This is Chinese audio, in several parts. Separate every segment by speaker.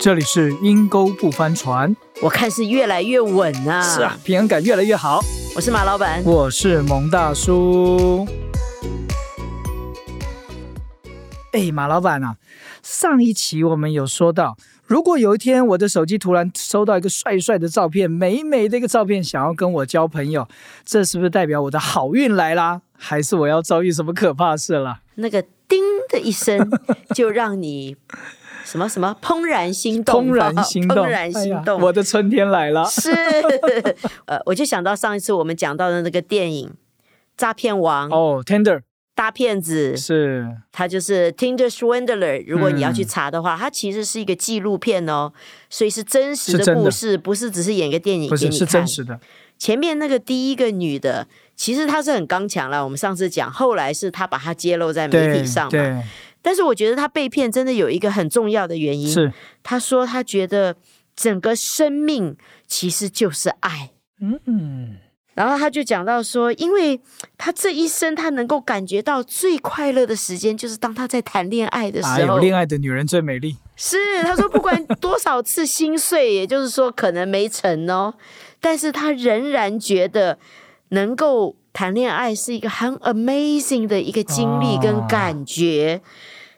Speaker 1: 这里是阴沟不翻船，
Speaker 2: 我看是越来越稳啊。
Speaker 1: 是啊，，平衡感越来越好。
Speaker 2: 我是马老板。
Speaker 1: 我是蒙大叔。哎，马老板啊，上一期我们有说到，如果有一天我的手机突然收到一个帅帅的照片，美美的一个照片，想要跟我交朋友，这是不是代表我的好运来啦？还是我要遭遇什么可怕事 了？
Speaker 2: 那个叮的 一声，就让你什么什么怦然心动，
Speaker 1: 怦然心动，
Speaker 2: 怦然心
Speaker 1: 哎呀
Speaker 2: 动。
Speaker 1: 我的春天来了。
Speaker 2: 是， 呃，我就想到上一次我们讲到的那个电影《诈骗王》
Speaker 1: 哦，Tender
Speaker 2: 大骗子，
Speaker 1: 是
Speaker 2: 它就是 Tinder Swindler。如果你要去
Speaker 1: 嗯
Speaker 2: 查的话，它其实是一个纪录片哦，所以是真实
Speaker 1: 是真
Speaker 2: 的
Speaker 1: 的
Speaker 2: 故事，不是只是演个电影
Speaker 1: 不
Speaker 2: 给
Speaker 1: 是
Speaker 2: 你
Speaker 1: 是
Speaker 2: 看
Speaker 1: 真。实的？
Speaker 2: 前面那个第一个女的，其实她是很刚强啦，我们上次讲，后来是她把她揭露在媒
Speaker 1: 对
Speaker 2: 体上嘛。
Speaker 1: 对
Speaker 2: 但是我觉得她被骗真的有一个很重要的原因，
Speaker 1: 是，
Speaker 2: 她说她觉得整个生命其实就是爱。
Speaker 1: 嗯嗯，
Speaker 2: 然后她就讲到说，因为她这一生她能够感觉到最快乐的时间，就是当她在谈恋爱的
Speaker 1: 哎
Speaker 2: 时候。
Speaker 1: 呦，恋爱的女人最美丽。
Speaker 2: 是，他说不管多少次心碎，也就是说可能没成哦，但是他仍然觉得能够谈恋爱是一个很 amazing 的一个经历跟感觉，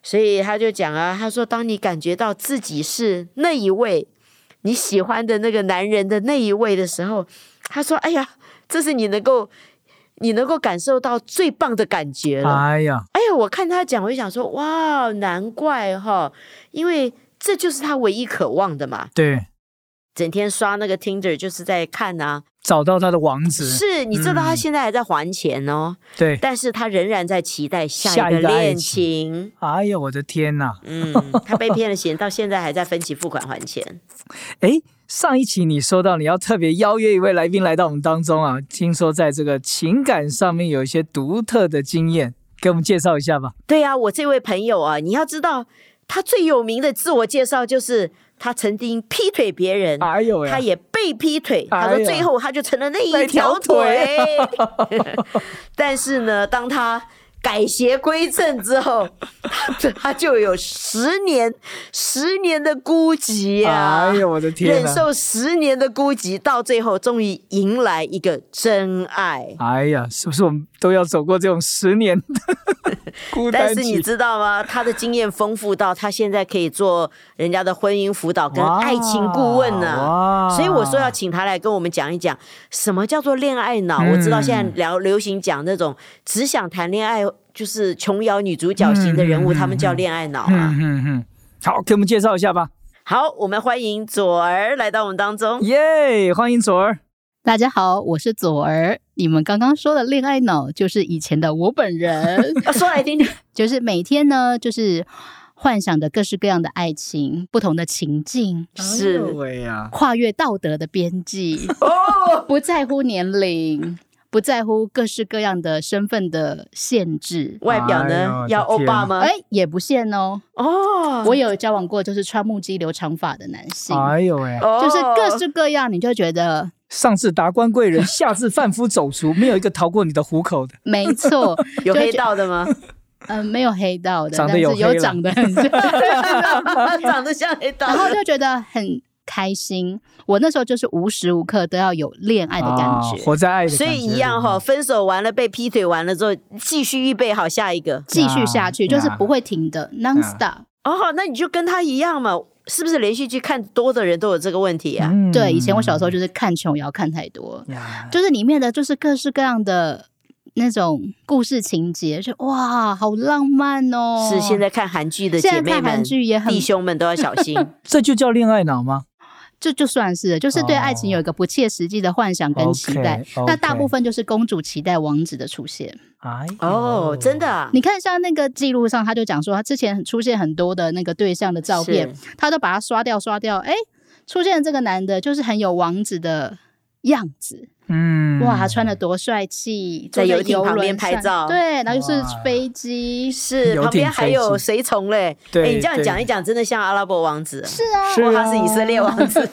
Speaker 2: 所以他就讲啊，他说当你感觉到自己是那一位你喜欢的那个男人的那一位的时候，他说，哎呀，这是你能够你能够感受到最棒的感觉了。
Speaker 1: 哎呀，
Speaker 2: 哎呀，我看他讲，我就想说，哇，难怪哈，因为这就是他唯一渴望的嘛。
Speaker 1: 对，
Speaker 2: 整天刷那个 Tinder 就是在看啊，
Speaker 1: 找到他的王子，
Speaker 2: 是嗯你知道他现在还在还钱哦，
Speaker 1: 对。
Speaker 2: 但是他仍然在期待
Speaker 1: 下
Speaker 2: 下
Speaker 1: 一
Speaker 2: 一
Speaker 1: 个
Speaker 2: 个
Speaker 1: 爱
Speaker 2: 恋情。
Speaker 1: 哎呀，我的天呐！
Speaker 2: 嗯，他被骗了钱，到现在还在分期付款还钱。
Speaker 1: 哎，上一期你说到你要特别邀约一位来宾来到我们当中啊，听说在这个情感上面有一些独特的经验，给我们介绍一下吧。
Speaker 2: 对啊，我这位朋友啊，你要知道，他最有名的自我介绍就是他曾经劈腿别人，
Speaker 1: 哎呦
Speaker 2: 他
Speaker 1: 呀，
Speaker 2: 也被劈腿，
Speaker 1: 哎呀
Speaker 2: 他说最后他就成了那一条腿。 但是呢，当他改邪归正之后， 他他就有十年十年的孤寂啊
Speaker 1: 哎，呦，我的天
Speaker 2: 忍
Speaker 1: 呐！
Speaker 2: 受十年的孤寂，到最后终于迎来一个真爱。
Speaker 1: 哎呀，是不是我们都要走过这种十年 的孤
Speaker 2: 但
Speaker 1: 单
Speaker 2: 是你
Speaker 1: 期？
Speaker 2: 知道吗？他的经验丰富到他现在可以做人家的婚姻辅导跟爱情顾问呢、啊
Speaker 1: 哇哇
Speaker 2: 所以我说
Speaker 1: 哦
Speaker 2: 要请他来跟我们讲一讲，什么叫做恋爱脑？
Speaker 1: 嗯
Speaker 2: 我知道现在聊流行讲那种只想谈恋爱，就是琼瑶女主角型的人
Speaker 1: 嗯
Speaker 2: 物，
Speaker 1: 嗯嗯
Speaker 2: 他们叫恋爱脑啊。
Speaker 1: 嗯嗯嗯，好，给我们介绍一下吧。
Speaker 2: 好，我们欢迎左儿来到我们当中。
Speaker 1: 耶，欢迎左儿。
Speaker 3: 大家好，我是左儿。你们刚刚说的恋爱脑，就是以前的我 本人，
Speaker 2: 啊、说来听
Speaker 1: 哎
Speaker 2: 听，
Speaker 3: 就是每天呢，就是幻想着各式各样的爱情，不同的情境，
Speaker 2: 是
Speaker 1: 哎呦喂呀，
Speaker 3: 跨越道德的 边际，
Speaker 2: 哦
Speaker 3: 不在乎年龄，不在乎各式各样的身份的限制，
Speaker 2: 外
Speaker 1: 哎
Speaker 2: 表
Speaker 1: 呦哎
Speaker 2: 呢、
Speaker 1: 我的
Speaker 2: 要欧巴吗？
Speaker 3: 哎，也不限哦。
Speaker 2: 哦，
Speaker 3: 我有交往过就是穿木屐留长发的男性，
Speaker 1: 啊哎呦喂，
Speaker 2: 哦
Speaker 3: 就是各式各样，你就觉得
Speaker 1: 上至达官贵人，下至贩夫走卒，没有一个逃过你的虎口的。
Speaker 3: 没 错，
Speaker 2: 有
Speaker 3: 就
Speaker 2: 黑
Speaker 3: 觉
Speaker 2: 道的吗？
Speaker 3: 嗯，没有黑道的，
Speaker 1: 长得
Speaker 3: 但是
Speaker 1: 有黑了
Speaker 3: 有长得很像，
Speaker 1: 啊
Speaker 2: 长得像黑道
Speaker 3: 然，后就觉得很开心。我那时候就是无时无刻都要有恋爱的感
Speaker 1: 啊
Speaker 3: 觉，
Speaker 1: 活在爱的感觉嗯
Speaker 2: 所
Speaker 1: 里
Speaker 2: 以
Speaker 1: 面，
Speaker 2: 一样哈、分手完了被劈腿完了之后，继续预备好下一个。
Speaker 3: 继续下去
Speaker 1: 呀嗯
Speaker 3: 就是不会停的，non stop。
Speaker 2: 哦，那你就跟他一样嘛，是不是连续剧看多的人都有这个问题啊？
Speaker 1: 嗯
Speaker 3: 对，以前我小时候就是看琼瑶看太多，
Speaker 1: 呀
Speaker 3: 就是里面的就是各式各样的那种故事情节，就哇，好浪漫哦。
Speaker 2: 是现在看韩剧的姐
Speaker 3: 现在
Speaker 2: 妹
Speaker 3: 看韩
Speaker 2: 们、
Speaker 3: 剧也很
Speaker 2: 弟，兄们都要小 心。
Speaker 1: 这就叫恋爱脑吗？
Speaker 3: 这就算是就是对
Speaker 1: 哦
Speaker 3: 爱情有一个不切实际的幻想跟期待。
Speaker 1: OK，OK
Speaker 3: 那大部分就是公主期待王子的出现。
Speaker 1: 哎呦
Speaker 2: 哦，真的、啊，
Speaker 3: 你看，像那个记录上，他就讲说，他之前出现很多的那个对象的照片，他都把它刷掉，刷掉。哎，出现这个男的，就是很有王子的样子，
Speaker 1: 嗯，
Speaker 3: 哇，他穿的多帅气，
Speaker 2: 在
Speaker 3: 坐
Speaker 2: 游艇
Speaker 3: 游
Speaker 2: 旁
Speaker 3: 轮
Speaker 2: 边拍
Speaker 3: 上
Speaker 2: 照
Speaker 3: 对，然后就是
Speaker 1: 哇
Speaker 3: 飞机，
Speaker 2: 是
Speaker 1: 游艇
Speaker 2: 旁边还有
Speaker 1: 飞
Speaker 2: 随从嘞。哎，
Speaker 1: 对
Speaker 2: 你这样
Speaker 1: 对
Speaker 2: 讲一讲，真的像阿拉伯王子，
Speaker 3: 是啊，
Speaker 1: 是
Speaker 2: 或
Speaker 1: 啊
Speaker 2: 他是以色列王子，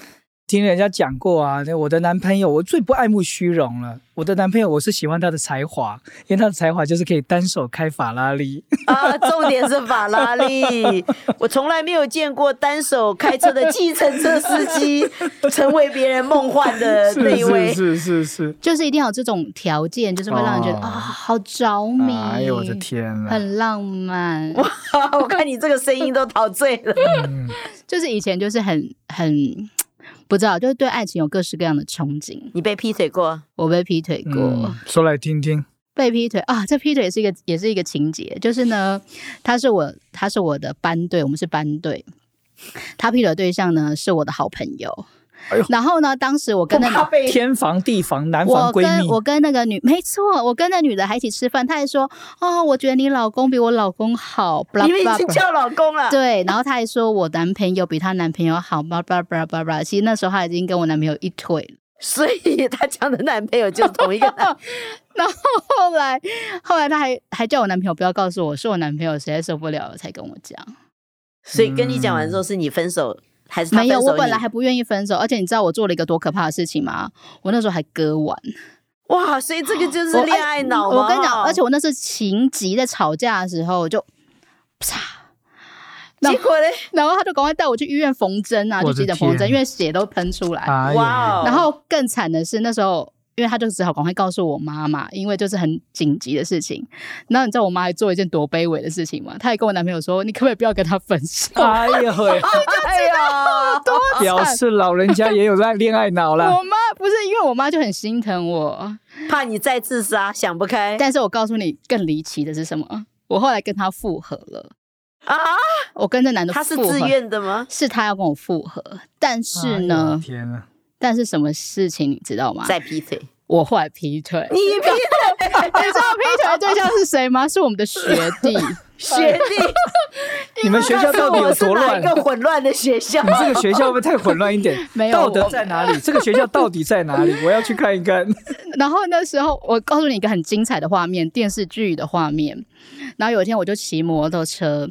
Speaker 1: 听人家讲过啊，那我的男朋友我最不爱慕虚荣了。我的男朋友我是喜欢他的才华，因为他的才华就是可以单手开法拉利。
Speaker 2: 啊，重点是法拉利，我从来没有见过单手开车的计程车司 机成为别人梦幻的那一位。
Speaker 1: 是是是
Speaker 3: 就是一定要有这种条件，就是会让人觉得
Speaker 1: 哦
Speaker 3: 啊、好着
Speaker 1: 是，
Speaker 3: 迷，
Speaker 1: 哎呦我的天呐！
Speaker 3: 很浪漫。
Speaker 2: 我看你这个声音都陶醉了。
Speaker 3: 就是以前就是很很不知道，就是对爱情有各式各样的憧憬。
Speaker 2: 你被劈腿过？
Speaker 3: 我被劈腿过，
Speaker 1: 嗯说来听听，
Speaker 3: 被劈腿啊，这劈腿是一个也是一个情节，就是呢，他是我他是我的班队，我们是班队。他劈腿的对象呢是我的好朋友，
Speaker 1: 哎呦
Speaker 3: 然后呢，当时我跟那
Speaker 2: 不怕
Speaker 3: 个。
Speaker 2: 被
Speaker 1: 天房地房男
Speaker 3: 我
Speaker 1: 房闺
Speaker 3: 跟
Speaker 1: 蜜，
Speaker 3: 我跟那个女，没错，我跟那女的还一起吃饭，她还说，哦，我觉得你老公比我老公好，blah
Speaker 2: 你们已
Speaker 3: blah
Speaker 2: 经
Speaker 3: blah
Speaker 2: 叫老公了。
Speaker 3: 对，然后她还说我男朋友比她男朋友好，巴拉巴拉巴拉巴拉。其实那时候她已经跟我男朋友一腿了。
Speaker 2: 所以她讲的男朋友就是同一个男，
Speaker 3: 然后后来，后来她还还叫我男朋友不要告诉我，是我男朋友实在受不了了才跟我讲。
Speaker 2: 所以跟你讲完之后是你分手还是他
Speaker 3: 没
Speaker 2: 分手
Speaker 3: 有，
Speaker 2: 你？
Speaker 3: 我本来还不愿意分手，而且你知道我做了一个多可怕的事情吗？我那时候还割腕。
Speaker 2: 哇，所以这个就是
Speaker 3: 我
Speaker 2: 恋爱脑嘛
Speaker 3: 哦哎我跟你讲，而且
Speaker 2: 哦
Speaker 3: 我那是情急在吵架的时候就啪。那
Speaker 2: 结果嘞，
Speaker 3: 然后他就赶快带我去医院缝针啊，
Speaker 1: 我的
Speaker 3: 就急诊缝针，
Speaker 1: 天
Speaker 3: 因为血都喷出来。
Speaker 1: 哎呦
Speaker 2: 哇哦，
Speaker 3: 然后更惨的是那时候，因为他就只好赶快告诉我妈妈，因为就是很紧急的事情。然后你知道我妈还做一件多卑微的事情吗？她还跟我男朋友说：“你可不可以不要跟他分手
Speaker 1: 哎呦喂，
Speaker 2: 哎呀，
Speaker 1: 表示老人家也有在恋爱？”脑
Speaker 3: 我
Speaker 1: 啦。
Speaker 3: 妈不是因为我妈就很心疼我，
Speaker 2: 怕你再自杀，想不开
Speaker 3: 但是我告诉你更离奇的是什么？我后来跟他复合了，
Speaker 2: 啊！
Speaker 3: 我跟这男的
Speaker 2: 他是
Speaker 3: 复合
Speaker 2: 自，愿的 吗？
Speaker 3: 是他要跟我复合，但是
Speaker 1: 哎呦
Speaker 3: 呢，
Speaker 1: 天呐，
Speaker 3: 但是什么事情你知道吗？
Speaker 2: 再劈腿，
Speaker 3: 我后来劈腿，
Speaker 2: 你劈
Speaker 3: 你知道劈腿的对象是谁吗？是我们的学 弟。
Speaker 2: 学 弟，
Speaker 1: 你们学校到底有多乱
Speaker 2: 我是？哪一个混乱的学校
Speaker 1: 你？这个学校会不会太混乱一点？
Speaker 3: 没有
Speaker 1: 道德在哪里？这个学校到底在哪里？我要去看一 看。
Speaker 3: 然后那时候我告诉你一个很精彩的画面，电视剧的画面。然后有一天我就骑摩托车，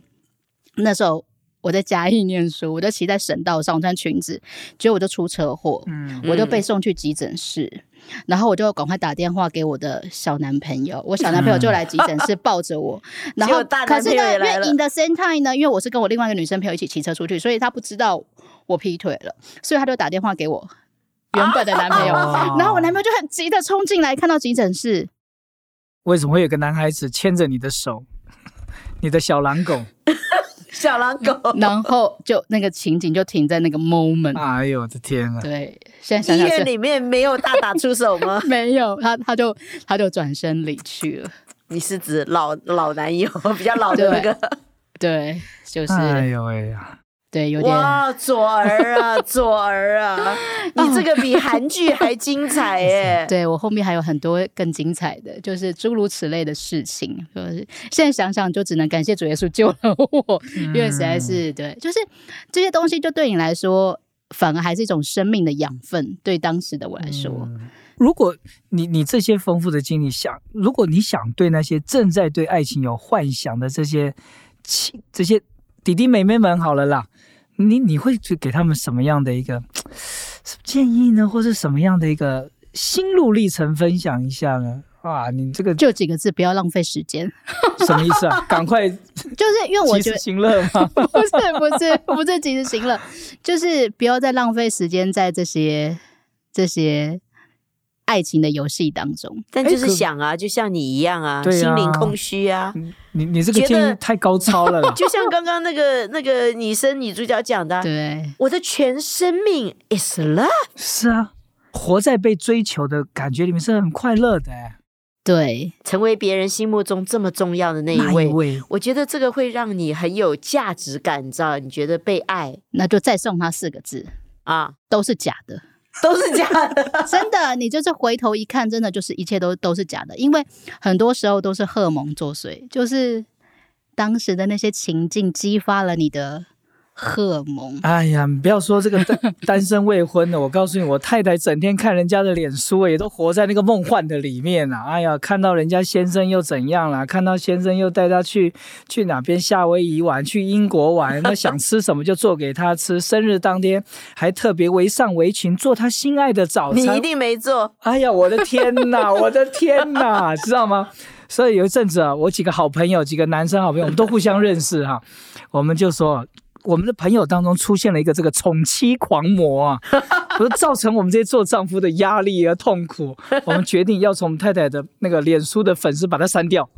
Speaker 3: 那时候我在嘉义念书，我就骑在省道上，我穿裙子，结果我就出车祸，
Speaker 1: 嗯，
Speaker 3: 我就被送去急诊室。然后我就赶快打电话给我的小男朋友，我小男朋友就来急诊室抱 着我，
Speaker 2: 嗯
Speaker 3: 然
Speaker 2: 结
Speaker 3: 后
Speaker 2: 果大
Speaker 3: 可
Speaker 2: 男朋
Speaker 3: 是
Speaker 2: 友
Speaker 3: 呢，
Speaker 2: 也
Speaker 3: 因为
Speaker 2: 来了
Speaker 3: in the same time 呢，因为我是跟我另外一个女生朋友一起骑车出去，所以他不知道我劈腿了，所以他就打电话给我原本的男朋友，
Speaker 1: 哦
Speaker 3: 然后我男朋友就很急的冲进来，看到急诊室，
Speaker 1: 为什么会有个男孩子牵着你的手，你的小狼狗？
Speaker 2: 小狼 狗，
Speaker 3: 然后就那个情景就停在那个 moment。
Speaker 1: 哎呦我的天呐！
Speaker 3: 对，现在
Speaker 2: 啊医
Speaker 3: 想想
Speaker 2: 院
Speaker 3: 是？
Speaker 2: 里面没有大打出手吗
Speaker 3: 没有他，他就他就转身离去了。
Speaker 2: 你是指老老男友，比较老的那个？
Speaker 3: 对，就是、
Speaker 1: 哎呦喂呀！
Speaker 3: 对，有点
Speaker 2: 哇，左儿啊，左儿啊，你这个比韩剧还精彩耶！
Speaker 3: 对我后面还有很多更精彩的，就是诸如此类的事情。就是现在想想，就只能感谢主耶稣救了我，因为实在是对，就是这些东西就对你来说，反而还是一种生命的养分。对当时的我来说，
Speaker 1: 嗯如果你你这些丰富的经历想，如果你想对那些正在对爱情有幻想的这些亲这些弟弟妹妹们好了啦，你你会去给他们什么样的一个什么建议呢，或是什么样的一个心路历程分享一下呢？啊，你 这个
Speaker 3: 就几个字，不要浪费时间。
Speaker 1: 什么意思啊？赶 快及
Speaker 3: 就是因为我觉
Speaker 1: 时
Speaker 3: 得
Speaker 1: 行乐吗？
Speaker 3: 不是不是不是及时行乐，就是不要再浪费时间在这些这些爱情的游戏当中。
Speaker 2: 但就是想啊，就像你一样啊，
Speaker 1: 对啊
Speaker 2: 心灵空 虚啊。
Speaker 1: 你你这个
Speaker 2: 觉
Speaker 1: 建
Speaker 2: 得
Speaker 1: 议太高超了啦！
Speaker 2: 就像刚刚那个那个女生女主角讲的啊，
Speaker 3: 对。
Speaker 2: 我的全生命 is love。
Speaker 1: 是啊，活在被追求的感觉里面是很快乐的、哎
Speaker 3: 对，
Speaker 2: 成为别人心目中这么重要的那一
Speaker 1: 哪
Speaker 2: 位。
Speaker 1: 一位？
Speaker 2: 我觉得这个会让你很有价值感，你知道？你觉得被爱
Speaker 3: 那就再送他四个字，
Speaker 2: 啊，
Speaker 3: 都是假的。
Speaker 2: 都是假的。
Speaker 3: 真的，你就是回头一看，真的就是一切都都是假的，因为很多时候都是荷尔蒙作祟，就是当时的那些情境激发了你的荷尔
Speaker 2: 嗯
Speaker 3: 蒙。
Speaker 1: 哎呀，你不要说这个 单单身未婚的，我告诉你，我太太整天看人家的脸书，也都活在那个梦幻的里面啊。哎呀，看到人家先生又怎样啦，看到先生又带她去去哪边夏威夷玩，去英国 玩，那想吃什么就做给她吃。生日当天还特别围上围裙做她心爱的早
Speaker 2: 你
Speaker 1: 餐
Speaker 2: 一。定没做，
Speaker 1: 哎呀，我的天呐，我的天呐，知道吗？所以有一阵子啊，我几个好朋友，几个男生好朋友，我们都互相认识哈、我们就说，我们的朋友当中出现了一个这个宠妻狂魔啊，不是造成我们这些做丈夫的压力和痛苦。我们决定要从我们太太的那个脸书的粉丝把它删掉，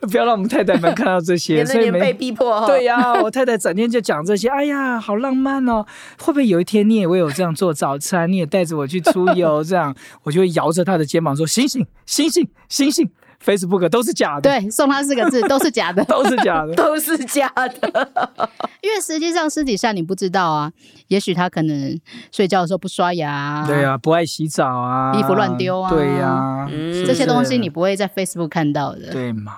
Speaker 1: 不要让我们太太们看到这 些。
Speaker 2: 免得
Speaker 1: 所
Speaker 2: 你
Speaker 1: 以
Speaker 2: 们
Speaker 1: 没
Speaker 2: 被逼迫
Speaker 3: 哦
Speaker 2: 哈。
Speaker 1: 对呀、我太太整天就讲这些，哎呀，好浪漫哦！会不会有一天你也为我这样做早餐，你也带着我去出 游，这样我就会摇着她的肩膀说：“醒醒，醒醒，醒醒！Facebook 都是假的，，，
Speaker 3: 对，送他四个字都是假的
Speaker 1: 都是假的。
Speaker 2: 都是假的，
Speaker 3: 因为实际上私底下你不知道啊，也许他可能睡觉的时候不刷牙、
Speaker 1: 对、啊，不爱洗澡啊，
Speaker 3: 衣服乱丢啊
Speaker 1: 对呀、
Speaker 2: 嗯
Speaker 3: 这些东西你
Speaker 1: 不
Speaker 3: 不会在 Facebook 看到的。
Speaker 1: 啊对啊嘛？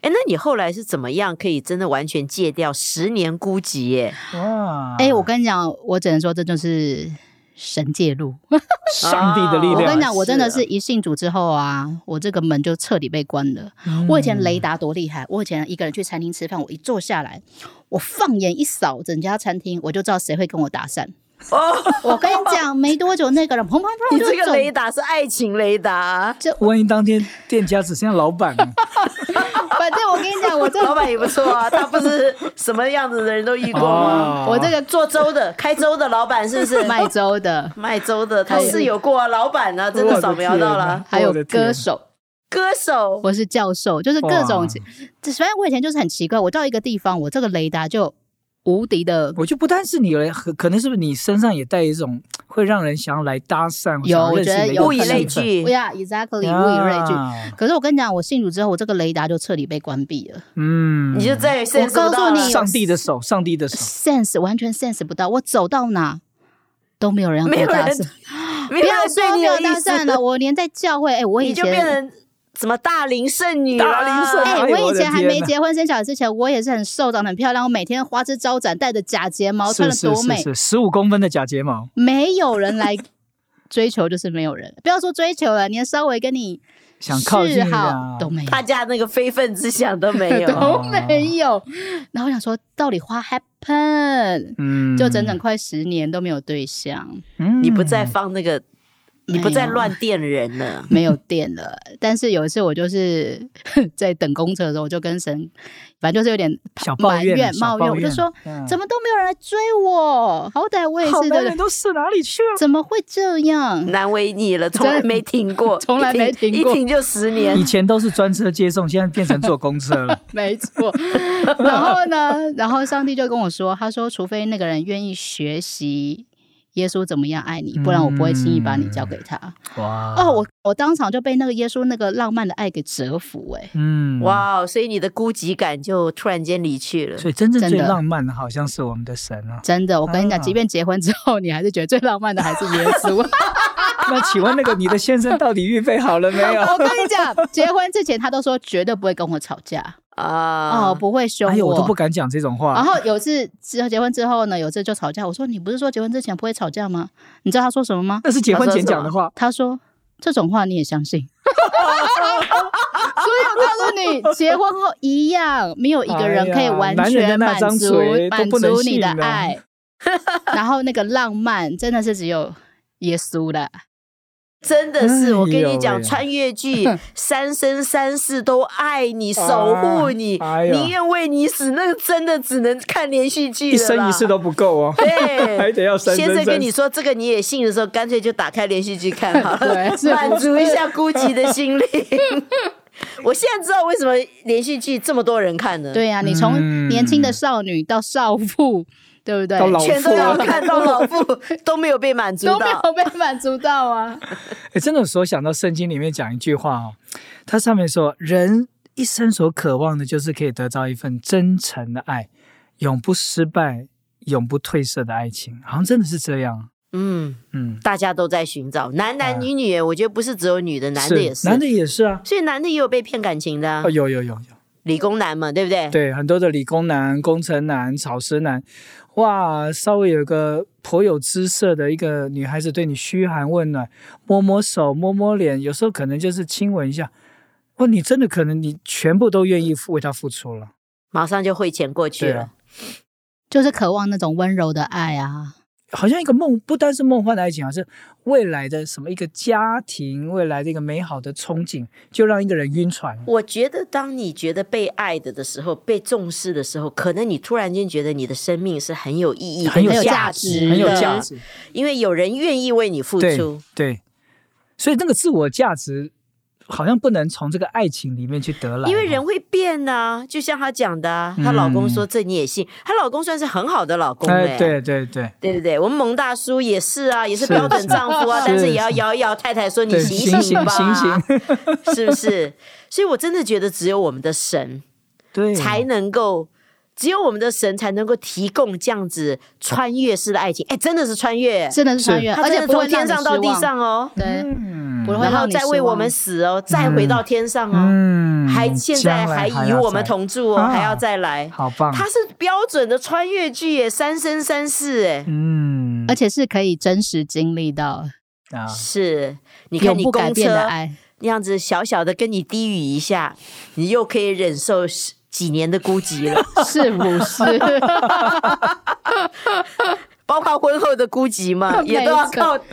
Speaker 2: 哎，那你后来是怎么样可以真的完全戒掉十年孤寂耶？
Speaker 1: 哇，
Speaker 3: 哎、我跟你讲，我只能说这就是神界路。
Speaker 1: 上帝的力
Speaker 3: 哦我
Speaker 1: 量，啊
Speaker 3: 跟你讲，我真的
Speaker 2: 是
Speaker 3: 是一信主之后啊，我这个门就彻底被关了。我以前雷达多厉害，我以前一个人去餐厅吃饭，我一坐下来，我放眼一扫整家餐厅，我就知道谁会跟我搭讪。我跟你讲，没多久那个人砰砰砰
Speaker 2: 你
Speaker 3: 就
Speaker 2: 这个
Speaker 3: 走
Speaker 2: 雷达是爱情雷达，
Speaker 1: 万一当天店家只剩下老板了，
Speaker 3: 反正我跟你讲，我这
Speaker 2: 老板也不错啊，他不是什么样子的人都遇过
Speaker 1: 哦
Speaker 2: 吗？
Speaker 3: 我这个
Speaker 2: 做粥的，开粥的老板是不 是？
Speaker 3: 卖粥的，
Speaker 2: 卖粥的，他
Speaker 3: 哎
Speaker 2: 是有过啊，老板啊，真的扫描到了。
Speaker 3: 还有
Speaker 1: 我的天
Speaker 3: 歌手，
Speaker 2: 歌手，
Speaker 3: 我是教授，就是各
Speaker 1: 哇
Speaker 3: 种。这反正我以前就是很奇怪，我到一个地方，我这个雷达就无敌的
Speaker 1: 我就不单是你了，可可能是不是你身上也带一种会让人想要来搭讪，
Speaker 3: 有
Speaker 1: 想要认识你的
Speaker 3: 我觉得有
Speaker 2: 物以类
Speaker 1: 气氛
Speaker 2: 聚
Speaker 3: 不，要 exactly 物以类聚。
Speaker 1: 啊
Speaker 3: 可是我跟你讲，我信主之后，我这个雷达就彻底被关闭了
Speaker 1: 嗯，
Speaker 2: 你就再也
Speaker 3: 我告诉
Speaker 2: 到了
Speaker 3: 你
Speaker 1: 上帝的手，上帝的手，
Speaker 3: ，sense 完全 sense 不到。我走到哪都没有人要跟我
Speaker 2: 没有
Speaker 3: 搭
Speaker 2: 人
Speaker 3: 讪，
Speaker 2: 没有
Speaker 3: 不要
Speaker 2: 人对
Speaker 3: 说
Speaker 2: 你
Speaker 3: 没
Speaker 2: 有
Speaker 3: 有
Speaker 2: 意
Speaker 3: 搭
Speaker 2: 思
Speaker 3: 讪了，，我连在教会，哎，我以
Speaker 2: 你就变
Speaker 3: 前。
Speaker 2: 成什么大龄剩女
Speaker 1: 大龄剩女
Speaker 2: 啊？
Speaker 3: 哎、
Speaker 1: 哎呦
Speaker 3: 我以前还
Speaker 1: 我的
Speaker 3: 没
Speaker 1: 天哪
Speaker 3: 结婚生小孩之前，我也是很瘦，长得很漂亮，我每天花枝招展，戴着假睫 毛，穿
Speaker 1: 是
Speaker 3: 的
Speaker 1: 是
Speaker 3: 多美，
Speaker 1: 是是，十五公分的假睫毛，
Speaker 3: 没有人来追求，就是没有人。不要说追求了，连稍微跟你
Speaker 1: 想靠近
Speaker 3: 示
Speaker 1: 啊
Speaker 3: 好，都没有。
Speaker 2: 大家那个非分之想都 没有。
Speaker 3: 都没有。然后我想说，到底花 happen，
Speaker 1: 嗯
Speaker 3: 就整整快十年都没有对象，
Speaker 1: 嗯哎
Speaker 2: 你不再放那个，你不再
Speaker 3: 没有
Speaker 2: 乱电人了。
Speaker 3: 没有电了。但是有一次，我就是 在等公车的时候，我就跟神，反正就是有点
Speaker 1: 小抱
Speaker 3: 埋
Speaker 1: 怨
Speaker 3: 怨、
Speaker 1: 小
Speaker 3: 抱
Speaker 1: 抱
Speaker 3: 怨，我就
Speaker 1: 怨
Speaker 3: 说
Speaker 1: 嗯
Speaker 3: 怎么都没有人来追我，好歹我也
Speaker 1: 好
Speaker 3: 是
Speaker 1: 男人
Speaker 3: 的，
Speaker 1: 都是哪里去了？
Speaker 3: 怎么会这样？
Speaker 2: 难为你了，从来没停 过，
Speaker 3: 从来没停过
Speaker 2: 一停就十年
Speaker 1: 以。前都是专车接送，现在变成坐公车 了。
Speaker 3: 没错，然后呢？然后上帝就跟我说，他说，除非那个人愿意学习耶稣怎么样爱你，不然我不会轻易把你交给他。
Speaker 1: 哇
Speaker 3: 哦，，我我当场就被那个耶稣那个浪漫的爱给折服哎、
Speaker 1: 嗯，
Speaker 2: 哇，所以你的孤寂感就突然间离去了。
Speaker 1: 所以真正
Speaker 3: 真
Speaker 1: 最
Speaker 3: 的。
Speaker 1: 浪漫的好像是我们的神啊
Speaker 3: 真的，我跟你讲，
Speaker 1: 啊
Speaker 3: 即便结婚之后，你还是觉得最浪漫的还是耶稣。 我
Speaker 1: 那请问那个你的先生到底预备好了没有？
Speaker 3: 跟你讲，结婚之前他都说绝对不会跟我吵架，
Speaker 2: 啊，
Speaker 3: 哦，不会凶
Speaker 1: 哎呦，我都不
Speaker 3: 我。啊
Speaker 1: 敢讲这种
Speaker 3: 然
Speaker 1: 话。
Speaker 3: 后有次之后结婚之后呢，有次就吵架。我说你不是说结婚之前不会吵架吗？你知道他说什么吗？
Speaker 1: 那是结婚前讲的话，
Speaker 3: 他说这种话你也相信。 所以我告诉你，结婚后一样，没有一个人可以完
Speaker 1: 哎呀男人的
Speaker 3: 全
Speaker 1: 那
Speaker 3: 满
Speaker 1: 张
Speaker 3: 足、
Speaker 1: 嘴都
Speaker 3: 满
Speaker 1: 不能
Speaker 3: 足你的
Speaker 1: 信啊的
Speaker 3: 爱。 然后那个浪漫真的是只有耶稣了，
Speaker 2: 真的
Speaker 1: 哎
Speaker 2: 是，
Speaker 1: 呦
Speaker 2: 我跟你讲，
Speaker 1: 喂
Speaker 2: 穿越剧三生三世都爱你，守护你
Speaker 1: 啊哎，呦
Speaker 2: 宁愿为你死，那个真的只能看连续剧
Speaker 1: 一
Speaker 2: 了啦
Speaker 1: 生一世。都不够 哦。
Speaker 2: 对，
Speaker 1: 还得要三生
Speaker 2: 先生
Speaker 1: 三世
Speaker 2: 跟你说这个你也信的时候，干脆就打开连续剧看好了
Speaker 3: 对，是
Speaker 2: 满足一下孤寂的 心灵。我现在知道为什么连续剧这么多人看了，，
Speaker 3: 对呀、你从年轻的少女到少妇，对不对？
Speaker 1: 嗯到老
Speaker 2: 全都要看到老妇都没有被满足
Speaker 3: 都没
Speaker 2: 到，
Speaker 3: 有被满足到啊！
Speaker 1: 哎，真的所想到圣经里面讲一句话哦，它上面说，人一生所渴望的就是可以得到一份真诚的爱，永不失败、永不褪色的爱情，好像真的是这样。
Speaker 2: 嗯。
Speaker 1: 嗯，
Speaker 2: 大家都在寻找，男男女女，我觉得不是只有女的，男的也是，
Speaker 1: 男的也是啊，
Speaker 2: 所以男的也有被骗感情的啊、
Speaker 1: 哦，有有有有，
Speaker 2: 理工男嘛，对不对？
Speaker 1: 对，很多的理工男、工程男、草食男，哇，稍微有个颇有姿色的一个女孩子对你嘘寒问暖，摸摸手、摸摸脸，有时候可能就是亲吻一下，哇，你真的可能你全部都愿意为她付出了，
Speaker 2: 马上就汇钱过去
Speaker 1: 对
Speaker 2: 了。
Speaker 1: 啊，
Speaker 3: 就是渴望那种温柔的爱啊。
Speaker 1: 好像一个梦，不单是梦幻的爱情，啊而是未来的什么一个家庭、未来的一个美好的憧憬，就让一个人晕船。
Speaker 2: 我觉得，当你觉得被爱的的时候，被重视的时候，可能你突然间觉得你的生命是很有意义、
Speaker 1: 很有
Speaker 2: 价
Speaker 3: 价值
Speaker 1: 很有
Speaker 2: 的
Speaker 1: 价，值，
Speaker 2: 因为有人愿意为你付
Speaker 1: 对
Speaker 2: 出。
Speaker 1: 对，所以那个自我价值好像不能从这个爱情里面去得来，哦
Speaker 2: 因为人会变呐、就像她讲的、啊，她老公说这你也信，她老公算是很好的老公哎、
Speaker 1: 嗯哎，对对对，
Speaker 2: 对不对？我们蒙大叔也是啊，也是
Speaker 1: 是
Speaker 2: 标准丈夫啊，
Speaker 1: 是
Speaker 2: 但是也要摇一摇太太说你
Speaker 1: 对
Speaker 2: 醒
Speaker 1: 醒
Speaker 2: 醒吧，
Speaker 1: 醒醒
Speaker 2: 是不是？所以我真的觉得只有我们的神
Speaker 3: 嗯
Speaker 1: 对，
Speaker 2: 才能够，只有我们的神才能够提供这样子穿越式的爱情。哎，真的是穿越，
Speaker 3: 真的是穿越，
Speaker 2: 他
Speaker 3: 而且
Speaker 2: 真的
Speaker 3: 不会
Speaker 2: 从天上
Speaker 3: 让你
Speaker 2: 到
Speaker 3: 失
Speaker 2: 地
Speaker 3: 望，
Speaker 2: 上哦，
Speaker 3: 对，
Speaker 1: 嗯
Speaker 3: 不会
Speaker 2: 然后
Speaker 3: 让你
Speaker 2: 再
Speaker 3: 失
Speaker 2: 为我
Speaker 3: 望
Speaker 2: 们死哦，再回到天上哦，
Speaker 1: 嗯
Speaker 2: 还现在
Speaker 1: 将来还
Speaker 2: 与
Speaker 1: 要
Speaker 2: 我们
Speaker 1: 再
Speaker 2: 同住哦，
Speaker 1: 啊
Speaker 2: 还要再来。
Speaker 1: 好棒，
Speaker 2: 它是标准的穿越剧耶，三生三世哎。
Speaker 1: 嗯
Speaker 3: 而且是可以真实经历到
Speaker 1: 啊，
Speaker 2: 是，你看
Speaker 3: 永
Speaker 2: 你
Speaker 3: 不改
Speaker 2: 公
Speaker 3: 变的
Speaker 2: 车
Speaker 3: 爱。
Speaker 2: 那样子小小的跟你低语一下，你又可以忍受十几年的孤寂了，
Speaker 3: 是不是？
Speaker 2: 包括婚后的孤寂嘛，也都要
Speaker 3: 没
Speaker 2: 靠
Speaker 3: 错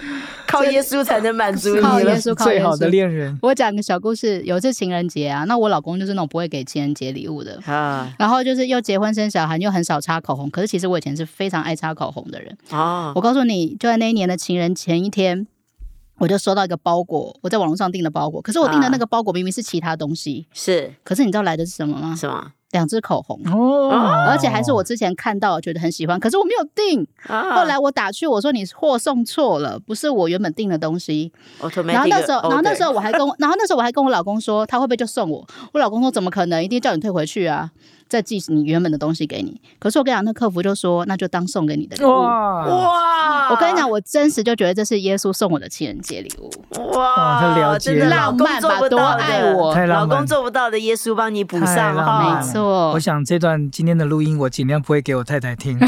Speaker 2: 靠耶稣才能满足你
Speaker 3: 靠耶
Speaker 2: 了。
Speaker 3: 稣靠
Speaker 1: 最
Speaker 3: 耶
Speaker 1: 好的
Speaker 3: 稣
Speaker 1: 恋人，
Speaker 3: 我讲个小故事，有一次情人节啊，那我老公就是那种不会给情人节礼物的，
Speaker 2: 啊
Speaker 3: 然后就是又结婚生小孩，又很少擦口红。可是其实我以前是非常爱擦口红的人。
Speaker 2: 哦，
Speaker 3: 我告诉你，就在那一年的情人前一天，我就收到一个包裹，我在网络上订的包裹。可是我订的那个包裹明明是其他东西，
Speaker 2: 是
Speaker 3: 可是你知道来的是什么吗？
Speaker 2: 什么
Speaker 3: 两支口红。
Speaker 1: 哦，
Speaker 3: 而且还是我之前看到觉得很喜欢，可是我没有订。
Speaker 2: 啊？
Speaker 3: 后来我打去，我说你货送错了，不是我原本订的东西。
Speaker 2: automatic
Speaker 3: 然后那时候，然后那时
Speaker 2: 候
Speaker 3: 候我还跟我，然后那时候我还跟我老公说，他会不会就送我？我老公说怎么可能，一定叫你退回去啊，再寄你原本的东西给你。可是我跟你讲，那客服就说那就当送给你的礼物。
Speaker 1: 哇哇
Speaker 2: 哇，
Speaker 3: 我跟
Speaker 1: 嗯
Speaker 3: 你讲，我真实就觉得这是耶稣送我的情人节礼物，
Speaker 1: 哇
Speaker 2: 哇，
Speaker 1: 他了解
Speaker 2: 真的
Speaker 1: 了
Speaker 2: 老公做不
Speaker 3: 浪漫吧多
Speaker 2: 到
Speaker 3: 爱
Speaker 2: 的，
Speaker 3: 我
Speaker 1: 太浪
Speaker 2: 老
Speaker 1: 漫
Speaker 2: 公做不到的，耶稣帮你补
Speaker 1: 太浪
Speaker 2: 上
Speaker 1: 漫
Speaker 2: 哈
Speaker 1: 了
Speaker 3: 没。错。
Speaker 1: 我想这段今天的录音，我尽量不会给我太太听。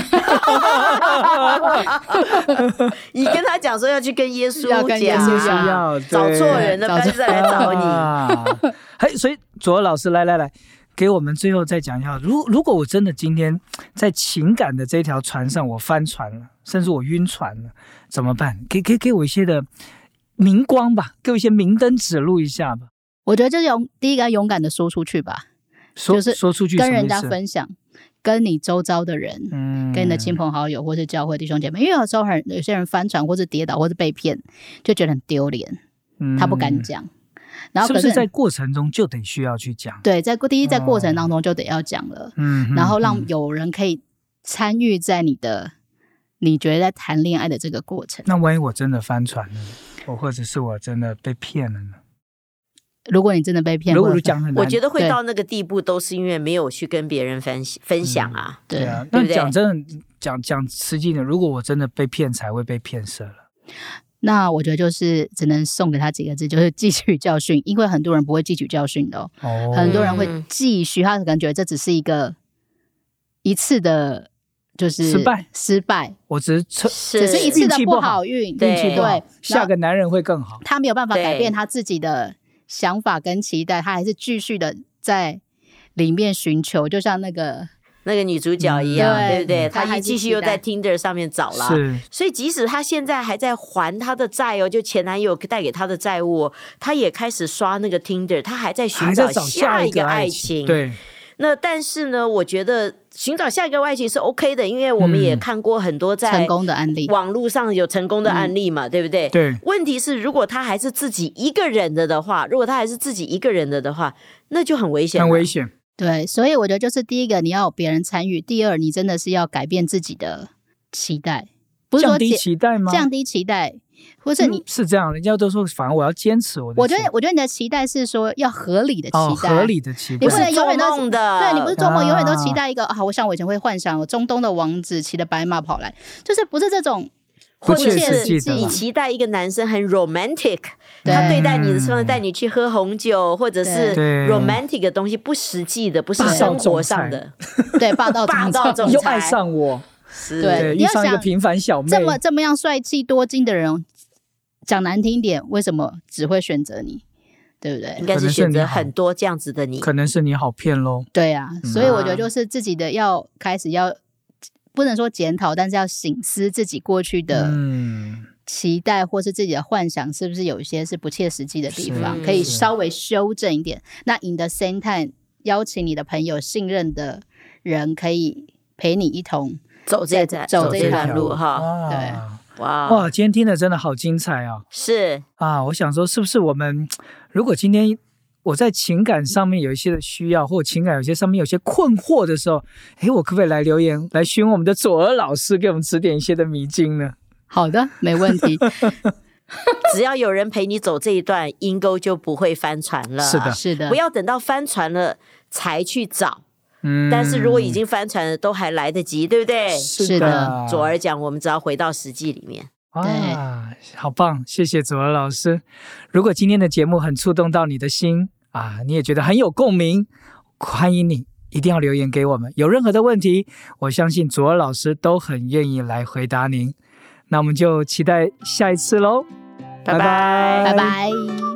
Speaker 2: 你跟他讲说要去跟耶稣
Speaker 3: 要跟耶
Speaker 2: 讲
Speaker 3: 稣
Speaker 1: 讲要
Speaker 2: 找
Speaker 1: 对
Speaker 2: 错人了，不
Speaker 3: 找
Speaker 2: 然就
Speaker 3: 错
Speaker 2: 再来找你。
Speaker 1: 你。 嘿，所以左老师，来来来，给我们最后再讲一下，如如果我真的今天在情感的这条船上我翻船了，甚至我晕船了，怎么办？给给给我一些的明光吧，给我一些明灯指路一下吧。
Speaker 3: 我觉得就是勇，第一个要勇敢的说出去吧，
Speaker 1: 说、
Speaker 3: 就是
Speaker 1: 说出去什
Speaker 3: 跟
Speaker 1: 么
Speaker 3: 人
Speaker 1: 意
Speaker 3: 家
Speaker 1: 思？
Speaker 3: 分享，跟你周遭的人，
Speaker 1: 嗯
Speaker 3: 跟你的亲朋好友或是教会弟兄姐妹，因为有时候很有些人翻船或是跌倒或是被骗，就觉得很丢脸，他不敢讲。然
Speaker 1: 嗯
Speaker 3: 后
Speaker 1: 是
Speaker 3: 可
Speaker 1: 不是
Speaker 3: 是
Speaker 1: 在过程中就得需要去讲？
Speaker 3: 对，在第一在过
Speaker 1: 哦
Speaker 3: 程当中就得要讲了，
Speaker 1: 嗯，
Speaker 3: 然后让
Speaker 1: 嗯
Speaker 3: 有人可以参与在你的你觉得在谈恋爱的这个过程。
Speaker 1: 那万一我真的翻船了，我或者是我真的被骗了呢？
Speaker 3: 如果你真的被骗，
Speaker 1: 如果
Speaker 3: 或者
Speaker 1: 讲很难，
Speaker 2: 我觉得会
Speaker 3: 对
Speaker 2: 到那个地步，都是因为没有去跟别人分析分享啊。
Speaker 1: 对
Speaker 3: 对
Speaker 1: 啊，
Speaker 2: 对
Speaker 1: 那
Speaker 2: 不对
Speaker 1: 讲真的，讲讲吃惊的，如果我真的被骗财，会被骗色了。
Speaker 3: 那我觉得就是只能送给他几个字，就是汲取教训，因为很多人不会汲取教训的、哦。
Speaker 1: 哦
Speaker 3: 很多人会
Speaker 2: 嗯
Speaker 3: 继续，他可能觉得这只是一个一次的，就是
Speaker 1: 失败，
Speaker 3: 失败，
Speaker 1: 我只是趁
Speaker 2: 是
Speaker 3: 只是一次
Speaker 1: 运
Speaker 3: 的
Speaker 1: 气不
Speaker 3: 不
Speaker 1: 好
Speaker 3: 好运，
Speaker 2: 对
Speaker 1: 运气不好
Speaker 3: 对，
Speaker 1: 下个男人会更好。
Speaker 3: 他没有办法
Speaker 2: 对
Speaker 3: 改变他自己的想法跟期待，他还是继续的在里面寻求，就像那个
Speaker 2: 那个女主角一样，
Speaker 3: 嗯
Speaker 2: 对不对？
Speaker 3: 嗯她
Speaker 2: 她
Speaker 3: 还
Speaker 2: 一
Speaker 3: 是
Speaker 2: 继续
Speaker 3: 期
Speaker 2: 又在
Speaker 3: 待
Speaker 2: Tinder 上面找啦。
Speaker 1: 是，
Speaker 2: 所以即使她现在还在还她的债哦，就前男友带给她的债务哦，她也开始刷那个 Tinder，她还在寻
Speaker 1: 还在
Speaker 2: 找
Speaker 1: 找
Speaker 2: 下
Speaker 1: 一
Speaker 2: 一个
Speaker 1: 爱
Speaker 2: 爱情。，
Speaker 1: 对，
Speaker 2: 那但是呢，我觉得寻找下一个爱情是 OK 的，因为我们也
Speaker 1: 嗯
Speaker 2: 看过很多在
Speaker 3: 成功的案例，
Speaker 2: 网络上有成功的案例嘛，对不对？
Speaker 1: 对
Speaker 2: 问题是，如果他还是自己一个人的的话，如果他还是自己一个人的的话，那就很危险了，
Speaker 1: 很危险。
Speaker 3: 对，所以我觉得就是第一个你要有别人参与，第二你真的是要改变自己的期待，不是
Speaker 1: 降
Speaker 3: 说
Speaker 1: 低
Speaker 3: 解
Speaker 1: 期待吗？
Speaker 3: 降低期待，或是
Speaker 1: 嗯
Speaker 3: 你。
Speaker 1: 是这样，人家都说，反而我要坚持我的期。
Speaker 3: 我觉得，我觉得你的期待是说要合理的期待，
Speaker 1: 哦，合理的期
Speaker 3: 你
Speaker 1: 待
Speaker 3: 不。能
Speaker 2: 是做
Speaker 3: 永远都
Speaker 2: 梦的
Speaker 3: 对你不是做梦，
Speaker 1: 啊
Speaker 3: 永远都期待一个啊！我像我以前会幻想，我中东的王子骑着白马跑来，就是不是这种
Speaker 1: 不
Speaker 2: 或
Speaker 1: 切
Speaker 2: 者
Speaker 1: 实际
Speaker 2: 是
Speaker 1: 的
Speaker 2: 你
Speaker 1: 啦。
Speaker 2: 期待一个男生很 romantic，
Speaker 3: 对
Speaker 2: 他对待你的时候带你去喝红酒，或者是
Speaker 1: 对
Speaker 2: romantic 的东西，不实际的，不是
Speaker 1: 霸道
Speaker 2: 生
Speaker 1: 总
Speaker 2: 活上
Speaker 1: 裁
Speaker 2: 的，
Speaker 3: 对霸道
Speaker 2: 霸
Speaker 3: 总
Speaker 2: 道
Speaker 3: 裁
Speaker 2: 总
Speaker 1: 又
Speaker 2: 裁
Speaker 1: 爱上我，
Speaker 2: 是
Speaker 3: 对
Speaker 1: 对，遇
Speaker 3: 你要
Speaker 1: 上一个
Speaker 3: 想
Speaker 1: 平凡小妹，
Speaker 3: 这么这么样帅气多金的人，讲难听一点，为什么只会选择你？对不对
Speaker 2: 应？该
Speaker 1: 可
Speaker 2: 是
Speaker 1: 能是
Speaker 2: 选
Speaker 1: 你
Speaker 2: 择
Speaker 1: 好
Speaker 2: 很多这样子的你。
Speaker 1: 可能是你好骗喽。
Speaker 3: 对啊，
Speaker 1: 嗯
Speaker 3: 所以我觉得
Speaker 2: 啊
Speaker 3: 就是自己的要开始要，不能说检讨，但是要醒思自己过去的
Speaker 1: 嗯，
Speaker 3: 期待或是自己的幻想，是不是有一些是不切实际的地方，
Speaker 2: 是
Speaker 3: 可以
Speaker 1: 是
Speaker 3: 稍微修正一点。那 in the same time，邀请你的朋友、信任的人，可以陪你一同。
Speaker 2: 走这
Speaker 3: 在
Speaker 2: 段
Speaker 3: 走
Speaker 2: 走
Speaker 3: 这
Speaker 2: 这
Speaker 3: 条
Speaker 2: 段路哈，
Speaker 1: 哇
Speaker 3: 对
Speaker 2: 哇，
Speaker 1: 哇，今天听的真的好精彩啊！
Speaker 2: 是
Speaker 1: 啊，我想说，是不是我们如果今天我在情感上面有一些的需要，或情感有些上面有些困惑的时候，诶，我可不可以来留言来询问我们的左儿老师，给我们指点一些的迷津呢？
Speaker 3: 好的，没问题。
Speaker 2: 只要有人陪你走这一段，阴沟就不会翻船了。
Speaker 1: 是的
Speaker 3: 是的，
Speaker 2: 不要等到翻船了才去找，
Speaker 1: 嗯，
Speaker 2: 但是如果已经翻船了，都还来得及，对不对？
Speaker 1: 是
Speaker 3: 嗯是的
Speaker 2: 左儿讲，我们只要回到实际里面。
Speaker 1: 啊，好棒！谢谢左儿老师。如果今天的节目很触动到你的心啊，你也觉得很有共鸣，欢迎你一定要留言给我们。有任何的问题，我相信左儿老师都很愿意来回答您。那我们就期待下一次喽，
Speaker 2: 拜拜
Speaker 3: 拜拜。